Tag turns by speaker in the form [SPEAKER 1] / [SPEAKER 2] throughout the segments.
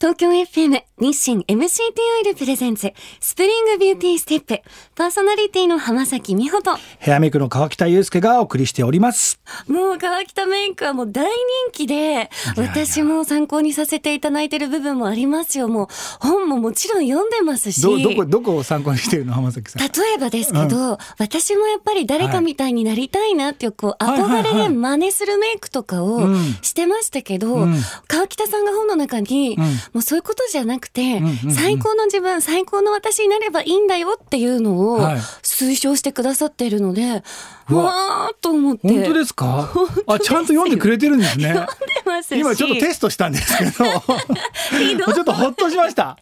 [SPEAKER 1] 東京 FM 日清 MCT オイルプレゼンツスプリングビューティーステップパーソナリティの浜崎美穂と
[SPEAKER 2] ヘアメイクの川北祐介がお送りしております。
[SPEAKER 1] もう川北メイクはもう大人気で私も参考にさせていただいてる部分もありますよもう本ももちろん読んでますし
[SPEAKER 2] ど、どこ、どこを参考にしているの浜崎さん。
[SPEAKER 1] 例えばですけど、私もやっぱり誰かみたいになりたいなっていう、こう、
[SPEAKER 2] はいは
[SPEAKER 1] 憧
[SPEAKER 2] い
[SPEAKER 1] れ
[SPEAKER 2] は
[SPEAKER 1] で
[SPEAKER 2] い
[SPEAKER 1] 真似するメイクとかを
[SPEAKER 2] うん
[SPEAKER 1] してましたけど、
[SPEAKER 2] うん
[SPEAKER 1] 川北さんが本の中に、
[SPEAKER 2] うん
[SPEAKER 1] もうそういうことじゃなくて、
[SPEAKER 2] んうんうん
[SPEAKER 1] 最高の自分、最高の私になればいいんだよっていうのを
[SPEAKER 2] はい
[SPEAKER 1] 推奨してくださっているので、
[SPEAKER 2] うわ
[SPEAKER 1] わーっと思って。
[SPEAKER 2] 本当ですかあ、ちゃんと読んでくれてるんですね。
[SPEAKER 1] 読んでますし
[SPEAKER 2] 今ちょっとテストしたんですけど、 ちょっとほっとしました。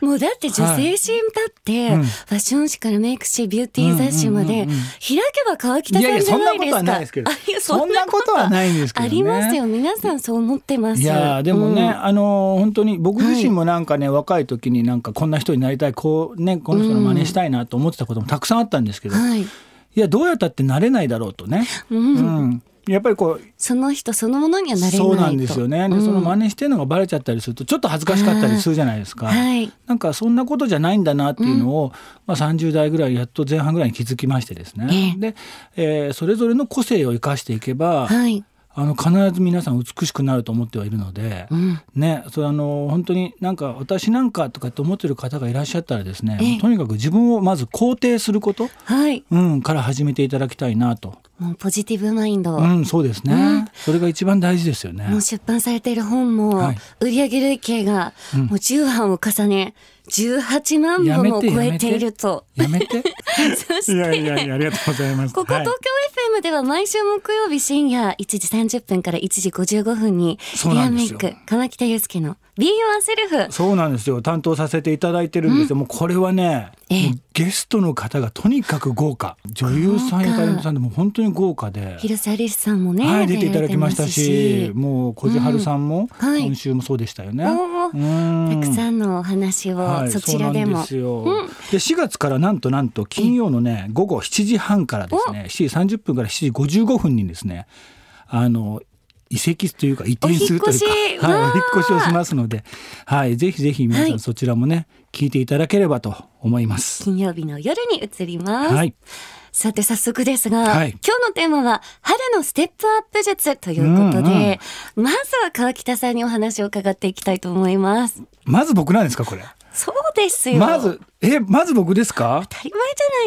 [SPEAKER 1] もうだって女性誌だって、
[SPEAKER 2] はいうん
[SPEAKER 1] ファッション誌からメイク誌、ビューティー雑誌ま
[SPEAKER 2] う
[SPEAKER 1] で、開
[SPEAKER 2] んうんうんうん
[SPEAKER 1] けば川北
[SPEAKER 2] い
[SPEAKER 1] さ
[SPEAKER 2] やい
[SPEAKER 1] ん
[SPEAKER 2] や、
[SPEAKER 1] じ
[SPEAKER 2] そ
[SPEAKER 1] ゃ
[SPEAKER 2] ん
[SPEAKER 1] な
[SPEAKER 2] ないこ
[SPEAKER 1] です
[SPEAKER 2] と
[SPEAKER 1] か。
[SPEAKER 2] はないですけど
[SPEAKER 1] あいや。
[SPEAKER 2] そんなことはないんですけど
[SPEAKER 1] あ
[SPEAKER 2] ね。
[SPEAKER 1] りますよ。皆さんそう思ってます。
[SPEAKER 2] いやーでもね、
[SPEAKER 1] うん
[SPEAKER 2] あのー本当に僕自身もなんかね、若い時になんかこんな人になりたいこうねこの人の真似したいなと思ってたこともたくさんあったんですけど、い
[SPEAKER 1] はい。
[SPEAKER 2] やどうやったってなれないだろうとね、
[SPEAKER 1] うん
[SPEAKER 2] うんやっぱりこう
[SPEAKER 1] その人そのものにはなれないと。
[SPEAKER 2] そうなんですよね、でその
[SPEAKER 1] うん
[SPEAKER 2] 真似してるのがバレちゃったりするとちょっと恥ずかしかったりするじゃないですか、
[SPEAKER 1] はい。
[SPEAKER 2] なんかそんなことじゃないんだなっていうのを、まあ、30代ぐらいやっと前半ぐらいに気づきましてですね、
[SPEAKER 1] え
[SPEAKER 2] で、えーそれぞれの個性を生かしていけば、
[SPEAKER 1] はい。
[SPEAKER 2] あの必ず皆さん美しくなると思ってはいるので
[SPEAKER 1] う、ん。
[SPEAKER 2] ね、それあの本当になんか私なんかとかって思ってる方がいらっしゃったらですね、
[SPEAKER 1] ええ
[SPEAKER 2] とにかく自分をまず肯定すること、
[SPEAKER 1] はい。
[SPEAKER 2] うん、から始めていただきたいなと、
[SPEAKER 1] もうポジティブマインド。
[SPEAKER 2] うん、そうですね、
[SPEAKER 1] うん
[SPEAKER 2] それが一番大事ですよね。
[SPEAKER 1] もう出版されている本も
[SPEAKER 2] はい、
[SPEAKER 1] 売上累計が、もう10版を重ね、18万
[SPEAKER 2] や
[SPEAKER 1] 本
[SPEAKER 2] め
[SPEAKER 1] を
[SPEAKER 2] て
[SPEAKER 1] 超えていると。
[SPEAKER 2] やめて
[SPEAKER 1] そして
[SPEAKER 2] いやいやいやありがとうございます
[SPEAKER 1] ここ東京 FM では毎週木曜日深夜1時30分から1時55分に
[SPEAKER 2] そう
[SPEAKER 1] ヘ
[SPEAKER 2] な
[SPEAKER 1] ア
[SPEAKER 2] んで
[SPEAKER 1] メイ
[SPEAKER 2] すよ
[SPEAKER 1] ク川北祐介の Be Yourself
[SPEAKER 2] そうなんですよ担当させていただいてるんですよ、もうこれはね、
[SPEAKER 1] ええ
[SPEAKER 2] もうゲストの方がとにかく豪華女優さんやタレントさんでも本当に豪華で
[SPEAKER 1] 広瀬アリスさんもね、
[SPEAKER 2] はい、出ていただきましたし
[SPEAKER 1] 出られてますし
[SPEAKER 2] もう小路春さんも
[SPEAKER 1] うんはい
[SPEAKER 2] 今週もそうでしたよね。
[SPEAKER 1] おーたく
[SPEAKER 2] ん
[SPEAKER 1] さんのお話をそちらでも、
[SPEAKER 2] はい、そうなんですよで4月からなんとなんと金曜のね午後7時半からですね7時30分から7時55分にですねあの移籍というか移転する
[SPEAKER 1] お
[SPEAKER 2] というか
[SPEAKER 1] 引っ越し
[SPEAKER 2] はい、
[SPEAKER 1] わー
[SPEAKER 2] お引っ越しをしますので、はい、ぜひぜひ皆
[SPEAKER 1] は
[SPEAKER 2] さ
[SPEAKER 1] い
[SPEAKER 2] んそちらもね、聞いていただければと思います。
[SPEAKER 1] 金曜日の夜に移ります、
[SPEAKER 2] はい、
[SPEAKER 1] さて早速ですが、
[SPEAKER 2] はい
[SPEAKER 1] 今日のテーマは春のステップアップ術ということで、まずは川北さんにお話を伺っていきたいと思います
[SPEAKER 2] まず僕なんですかこれ。
[SPEAKER 1] そうですよ
[SPEAKER 2] まずえまず僕ですか。
[SPEAKER 1] 当たり前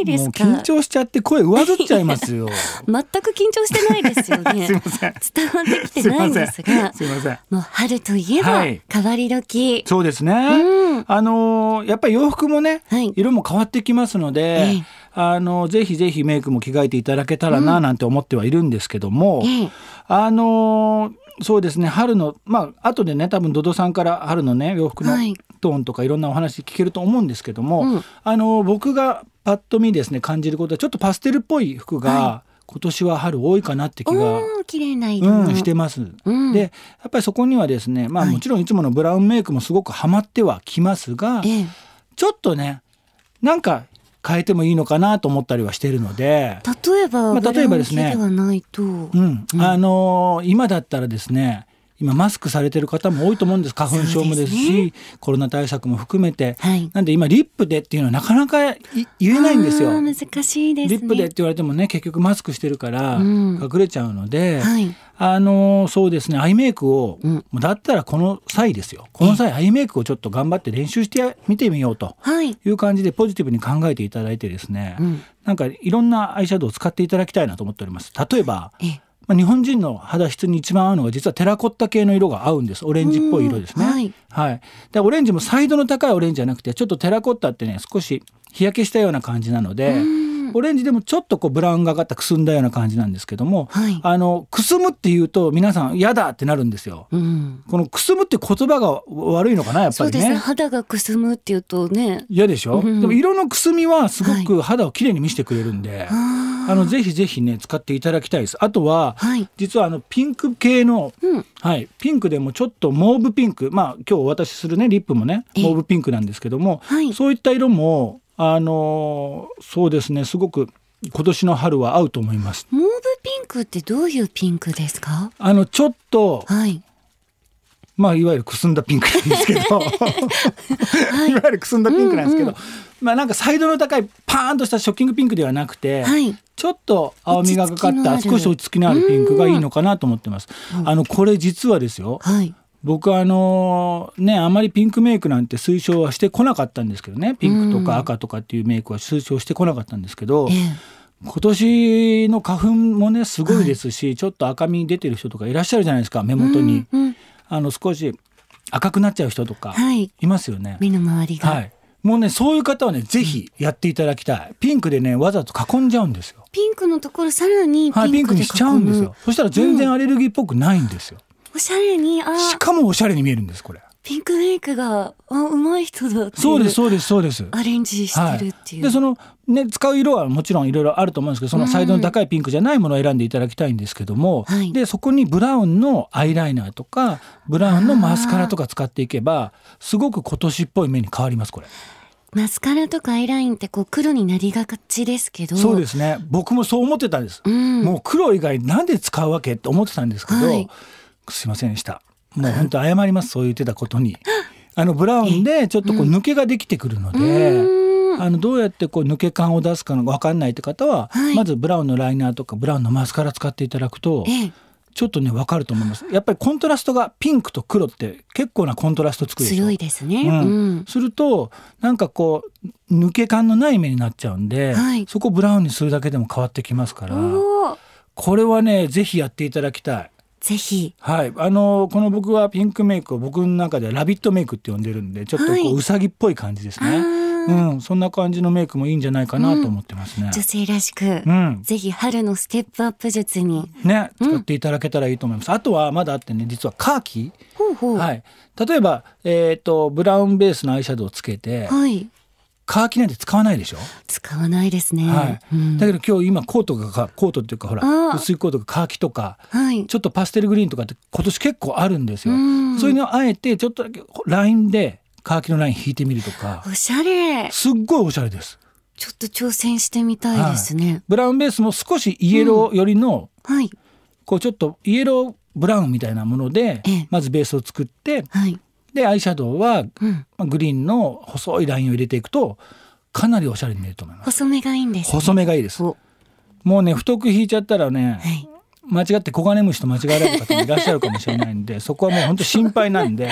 [SPEAKER 1] じゃない
[SPEAKER 2] もう
[SPEAKER 1] ですか
[SPEAKER 2] 緊張しちゃって声上ずっちゃいますよ。
[SPEAKER 1] 全く緊張してないですよね。
[SPEAKER 2] すいません
[SPEAKER 1] 伝わってきてないんですが、
[SPEAKER 2] すいませんすいません
[SPEAKER 1] もう春といえば、
[SPEAKER 2] はい
[SPEAKER 1] 変わり時。
[SPEAKER 2] そうですね。
[SPEAKER 1] うん
[SPEAKER 2] あのーやっぱり洋服もね、
[SPEAKER 1] はい
[SPEAKER 2] 色も変わってきますので、
[SPEAKER 1] ええ
[SPEAKER 2] あのーぜひぜひメイクも着替えていただけたらななんて思ってはいるんですけども、
[SPEAKER 1] ええ
[SPEAKER 2] あのーそうですね春のまあ後でね多分ドドさんから春のね洋服の
[SPEAKER 1] はい
[SPEAKER 2] トーンとかいろんなお話聞けると思うんですけども、
[SPEAKER 1] うん
[SPEAKER 2] あのー僕がパッと見ですね感じることはちょっとパステルっぽい服が、今年は春多いかなって気が
[SPEAKER 1] おお、綺麗な色の。
[SPEAKER 2] うん、してます。
[SPEAKER 1] うん
[SPEAKER 2] でやっぱりそこにはですね、まあ、
[SPEAKER 1] はい
[SPEAKER 2] もちろんいつものブラウンメイクもすごくはまってはきますが、
[SPEAKER 1] ええ
[SPEAKER 2] ちょっとねなんか変えてもいいのかなと思ったりはしてるので、
[SPEAKER 1] 例えば、
[SPEAKER 2] まあ例えばですね
[SPEAKER 1] ブラウン系ではないと、
[SPEAKER 2] うんあのー今だったらですね今マスクされてる方も多いと思うんです花粉症もです
[SPEAKER 1] そう
[SPEAKER 2] しコロナ対策も含めて、
[SPEAKER 1] はい
[SPEAKER 2] なんで今リップでっていうのはなかなかい言えないんですよ
[SPEAKER 1] あ。ー難しいですね。
[SPEAKER 2] リップでって言われてもね結局マスクしてるから
[SPEAKER 1] うん
[SPEAKER 2] 隠れちゃうので、
[SPEAKER 1] はい
[SPEAKER 2] あのーそうですねアイメイクを、
[SPEAKER 1] うん
[SPEAKER 2] もうだったらこの際ですよこの際アイメイクをちょっと頑張って練習してみてみようと
[SPEAKER 1] はい。
[SPEAKER 2] いう感じでポジティブに考えていただいてですね、
[SPEAKER 1] うん
[SPEAKER 2] なんかいろんなアイシャドウを使っていただきたいなと思っております例えば、
[SPEAKER 1] ええ
[SPEAKER 2] まあ、日本人の肌質に一番合うのが実はテラコッタ系の色が合うんですオレンジっぽい色ですね、
[SPEAKER 1] うんはい
[SPEAKER 2] はい、でオレンジもサイドの高いオレンジじゃなくてちょっとテラコッタってね少し日焼けしたような感じなので、
[SPEAKER 1] うん
[SPEAKER 2] オレンジでもちょっとこうブラウンがかったくすんだような感じなんですけども、
[SPEAKER 1] はい
[SPEAKER 2] あのくすむっていうと皆さん嫌だってなるんですよ。
[SPEAKER 1] うん。
[SPEAKER 2] このくすむって言葉が悪いのかなやっ
[SPEAKER 1] そ
[SPEAKER 2] ぱ
[SPEAKER 1] う
[SPEAKER 2] り
[SPEAKER 1] ですね。
[SPEAKER 2] ね。
[SPEAKER 1] 肌がくすむっていうとね、
[SPEAKER 2] 嫌でしょ、
[SPEAKER 1] うん
[SPEAKER 2] でも色のくすみはすごく肌をきれいに見せてくれるんで、
[SPEAKER 1] あ
[SPEAKER 2] あのぜひぜひね使っていただきたいです。あとは、
[SPEAKER 1] ーはい。
[SPEAKER 2] 実はあのピンク系の、
[SPEAKER 1] うん
[SPEAKER 2] はい、ピンクでもちょっとモーブピンクまあ今日お渡しするねリップもね
[SPEAKER 1] ええ
[SPEAKER 2] モーブピンクなんですけども、
[SPEAKER 1] はい
[SPEAKER 2] そういった色もあのーそうですねすごく今年の春は合うと思います。
[SPEAKER 1] モーブピンクってどういうピンクですか
[SPEAKER 2] あのちょっと
[SPEAKER 1] はい。
[SPEAKER 2] まあ、いわゆるくすんだピンクなんですけど、い、わゆるくすんだピンクなんですけど、まあなんかサイドの高いパーンとしたショッキングピンクではなくて、
[SPEAKER 1] はい
[SPEAKER 2] ちょっと青みがかかった
[SPEAKER 1] 落ち着きのある
[SPEAKER 2] 少し落ち着きのあるピンクがいいのかなと思ってます。あのこれ実はですよ、
[SPEAKER 1] はい
[SPEAKER 2] 僕はあのねあまりピンクメイクなんて推奨はしてこなかったんですけどねピンクとか赤とかっていうメイクは推奨してこなかったんですけど、
[SPEAKER 1] え
[SPEAKER 2] 今年の花粉もねすごいですし、ちょっと赤み出てる人とかいらっしゃるじゃないですか目
[SPEAKER 1] え
[SPEAKER 2] 元に、
[SPEAKER 1] うんうん
[SPEAKER 2] あの少し赤くなっちゃう人とか
[SPEAKER 1] はい
[SPEAKER 2] いますよね。
[SPEAKER 1] 目の周りが、
[SPEAKER 2] はいもうねそういう方はねぜひやっていただきたいピンクでねわざと囲んじゃうんですよ。
[SPEAKER 1] ピンクのところさらに
[SPEAKER 2] はい、
[SPEAKER 1] ピ
[SPEAKER 2] ピ
[SPEAKER 1] ン
[SPEAKER 2] ン
[SPEAKER 1] ク
[SPEAKER 2] ク
[SPEAKER 1] で囲む、
[SPEAKER 2] にしちゃうんですよ。そしたら全然アレルギーっぽくないんですよ。
[SPEAKER 1] おしゃれにあ
[SPEAKER 2] しかもおしゃれに見えるんです、これ。
[SPEAKER 1] ピンクメイクがあ上手い人だってい
[SPEAKER 2] そうです、そうです、そうです。
[SPEAKER 1] アレンジしてるっていう、
[SPEAKER 2] でそのね使う色はもちろんいろいろあると思うんですけどそのサイドの高いピンクじゃないものを選んでいただきたいんですけども、
[SPEAKER 1] はい
[SPEAKER 2] でそこにブラウンのアイライナーとかブラウンのマスカラとか使っていけばすごく今年っぽい目に変わりますこれ
[SPEAKER 1] マスカラとかアイラインってこう黒になりがちですけど、
[SPEAKER 2] そうですすね僕もそう思ってたんです、
[SPEAKER 1] うん、
[SPEAKER 2] もう黒以外なんで使うわけって思ってたんですけど、
[SPEAKER 1] はい
[SPEAKER 2] すいませんでしたもう本当謝りますそう言ってたこと にあのブラウンでちょっとこう抜けができてくるので、
[SPEAKER 1] うん
[SPEAKER 2] あのどうやってこう抜け感を出すかのが分かんないって方は、
[SPEAKER 1] はい
[SPEAKER 2] まずブラウンのライナーとかブラウンのマスカラ使っていただくと
[SPEAKER 1] ええ
[SPEAKER 2] ちょっとね分かると思いますやっぱりコントラストがピンクと黒って結構なコントラスト作るでしょ
[SPEAKER 1] 強いですね、
[SPEAKER 2] うん
[SPEAKER 1] うん
[SPEAKER 2] するとなんかこう抜け感のない目になっちゃうんで、
[SPEAKER 1] はい
[SPEAKER 2] そこをブラウンにするだけでも変わってきますから
[SPEAKER 1] おー
[SPEAKER 2] これはねぜひやっていただきたい。
[SPEAKER 1] ぜひ
[SPEAKER 2] はい、あのこの僕はピンクメイクを僕の中ではラビットメイクって呼んでるんでちょっとこう、
[SPEAKER 1] はいう
[SPEAKER 2] さぎっぽい感じです
[SPEAKER 1] あ
[SPEAKER 2] ね、
[SPEAKER 1] ー
[SPEAKER 2] うん、そんな感じのメイクもいいんじゃないかなと思ってますね、
[SPEAKER 1] 女性らしく、
[SPEAKER 2] うん
[SPEAKER 1] ぜひ春のステップアップ術に
[SPEAKER 2] ね使っていただけたらいいと思います、あとはまだあってね実はカーキ、
[SPEAKER 1] ほうほう
[SPEAKER 2] はい、例えば、えー、とブラウンベースのアイシャドウをつけて、
[SPEAKER 1] はい
[SPEAKER 2] カーキなんて使わないでしょ、
[SPEAKER 1] 使わないですね、
[SPEAKER 2] はい
[SPEAKER 1] うん
[SPEAKER 2] だけど今日今コートがかコートっていうかほ
[SPEAKER 1] あ
[SPEAKER 2] ら
[SPEAKER 1] ー
[SPEAKER 2] 薄いコートがカーキとか
[SPEAKER 1] はい
[SPEAKER 2] ちょっとパステルグリーンとかって今年結構あるんですよ、
[SPEAKER 1] うん
[SPEAKER 2] そういうのをあえてちょっとだけラインでカーキのライン引いてみるとか
[SPEAKER 1] おしゃれ
[SPEAKER 2] すっごいおしゃれです
[SPEAKER 1] ちょっと挑戦してみたいですね
[SPEAKER 2] ブラウンベースも少しイエロー寄りの、
[SPEAKER 1] はい
[SPEAKER 2] こうちょっとイエローブラウンみたいなもので
[SPEAKER 1] ええ
[SPEAKER 2] まずベースを作って
[SPEAKER 1] はい、
[SPEAKER 2] でアイシャドウは
[SPEAKER 1] うん、
[SPEAKER 2] まあグリーンの細いラインを入れていくとかなりおしゃれに見えると思います
[SPEAKER 1] 細めがいいんですね
[SPEAKER 2] 細めがいいです
[SPEAKER 1] お
[SPEAKER 2] もうね太く引いちゃったらね
[SPEAKER 1] はい
[SPEAKER 2] 間違ってコガネムシと間違えられる方もいらっしゃるかもしれないん でそこはもう本当心配なんで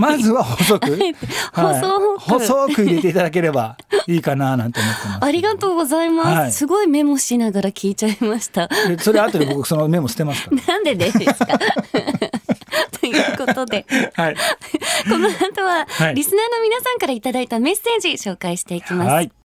[SPEAKER 2] まずは細く、
[SPEAKER 1] 細く
[SPEAKER 2] 細く入れていただければいいかななんて思ってます
[SPEAKER 1] ありがとうございます、
[SPEAKER 2] はい
[SPEAKER 1] すごいメモしながら聞いちゃいました
[SPEAKER 2] でそれ後で僕そのメモ捨てますか
[SPEAKER 1] なんでですか ということで
[SPEAKER 2] らはい
[SPEAKER 1] この後は、
[SPEAKER 2] はい
[SPEAKER 1] リスナーの皆さんからいただいたメッセージ紹介していきます、
[SPEAKER 2] はい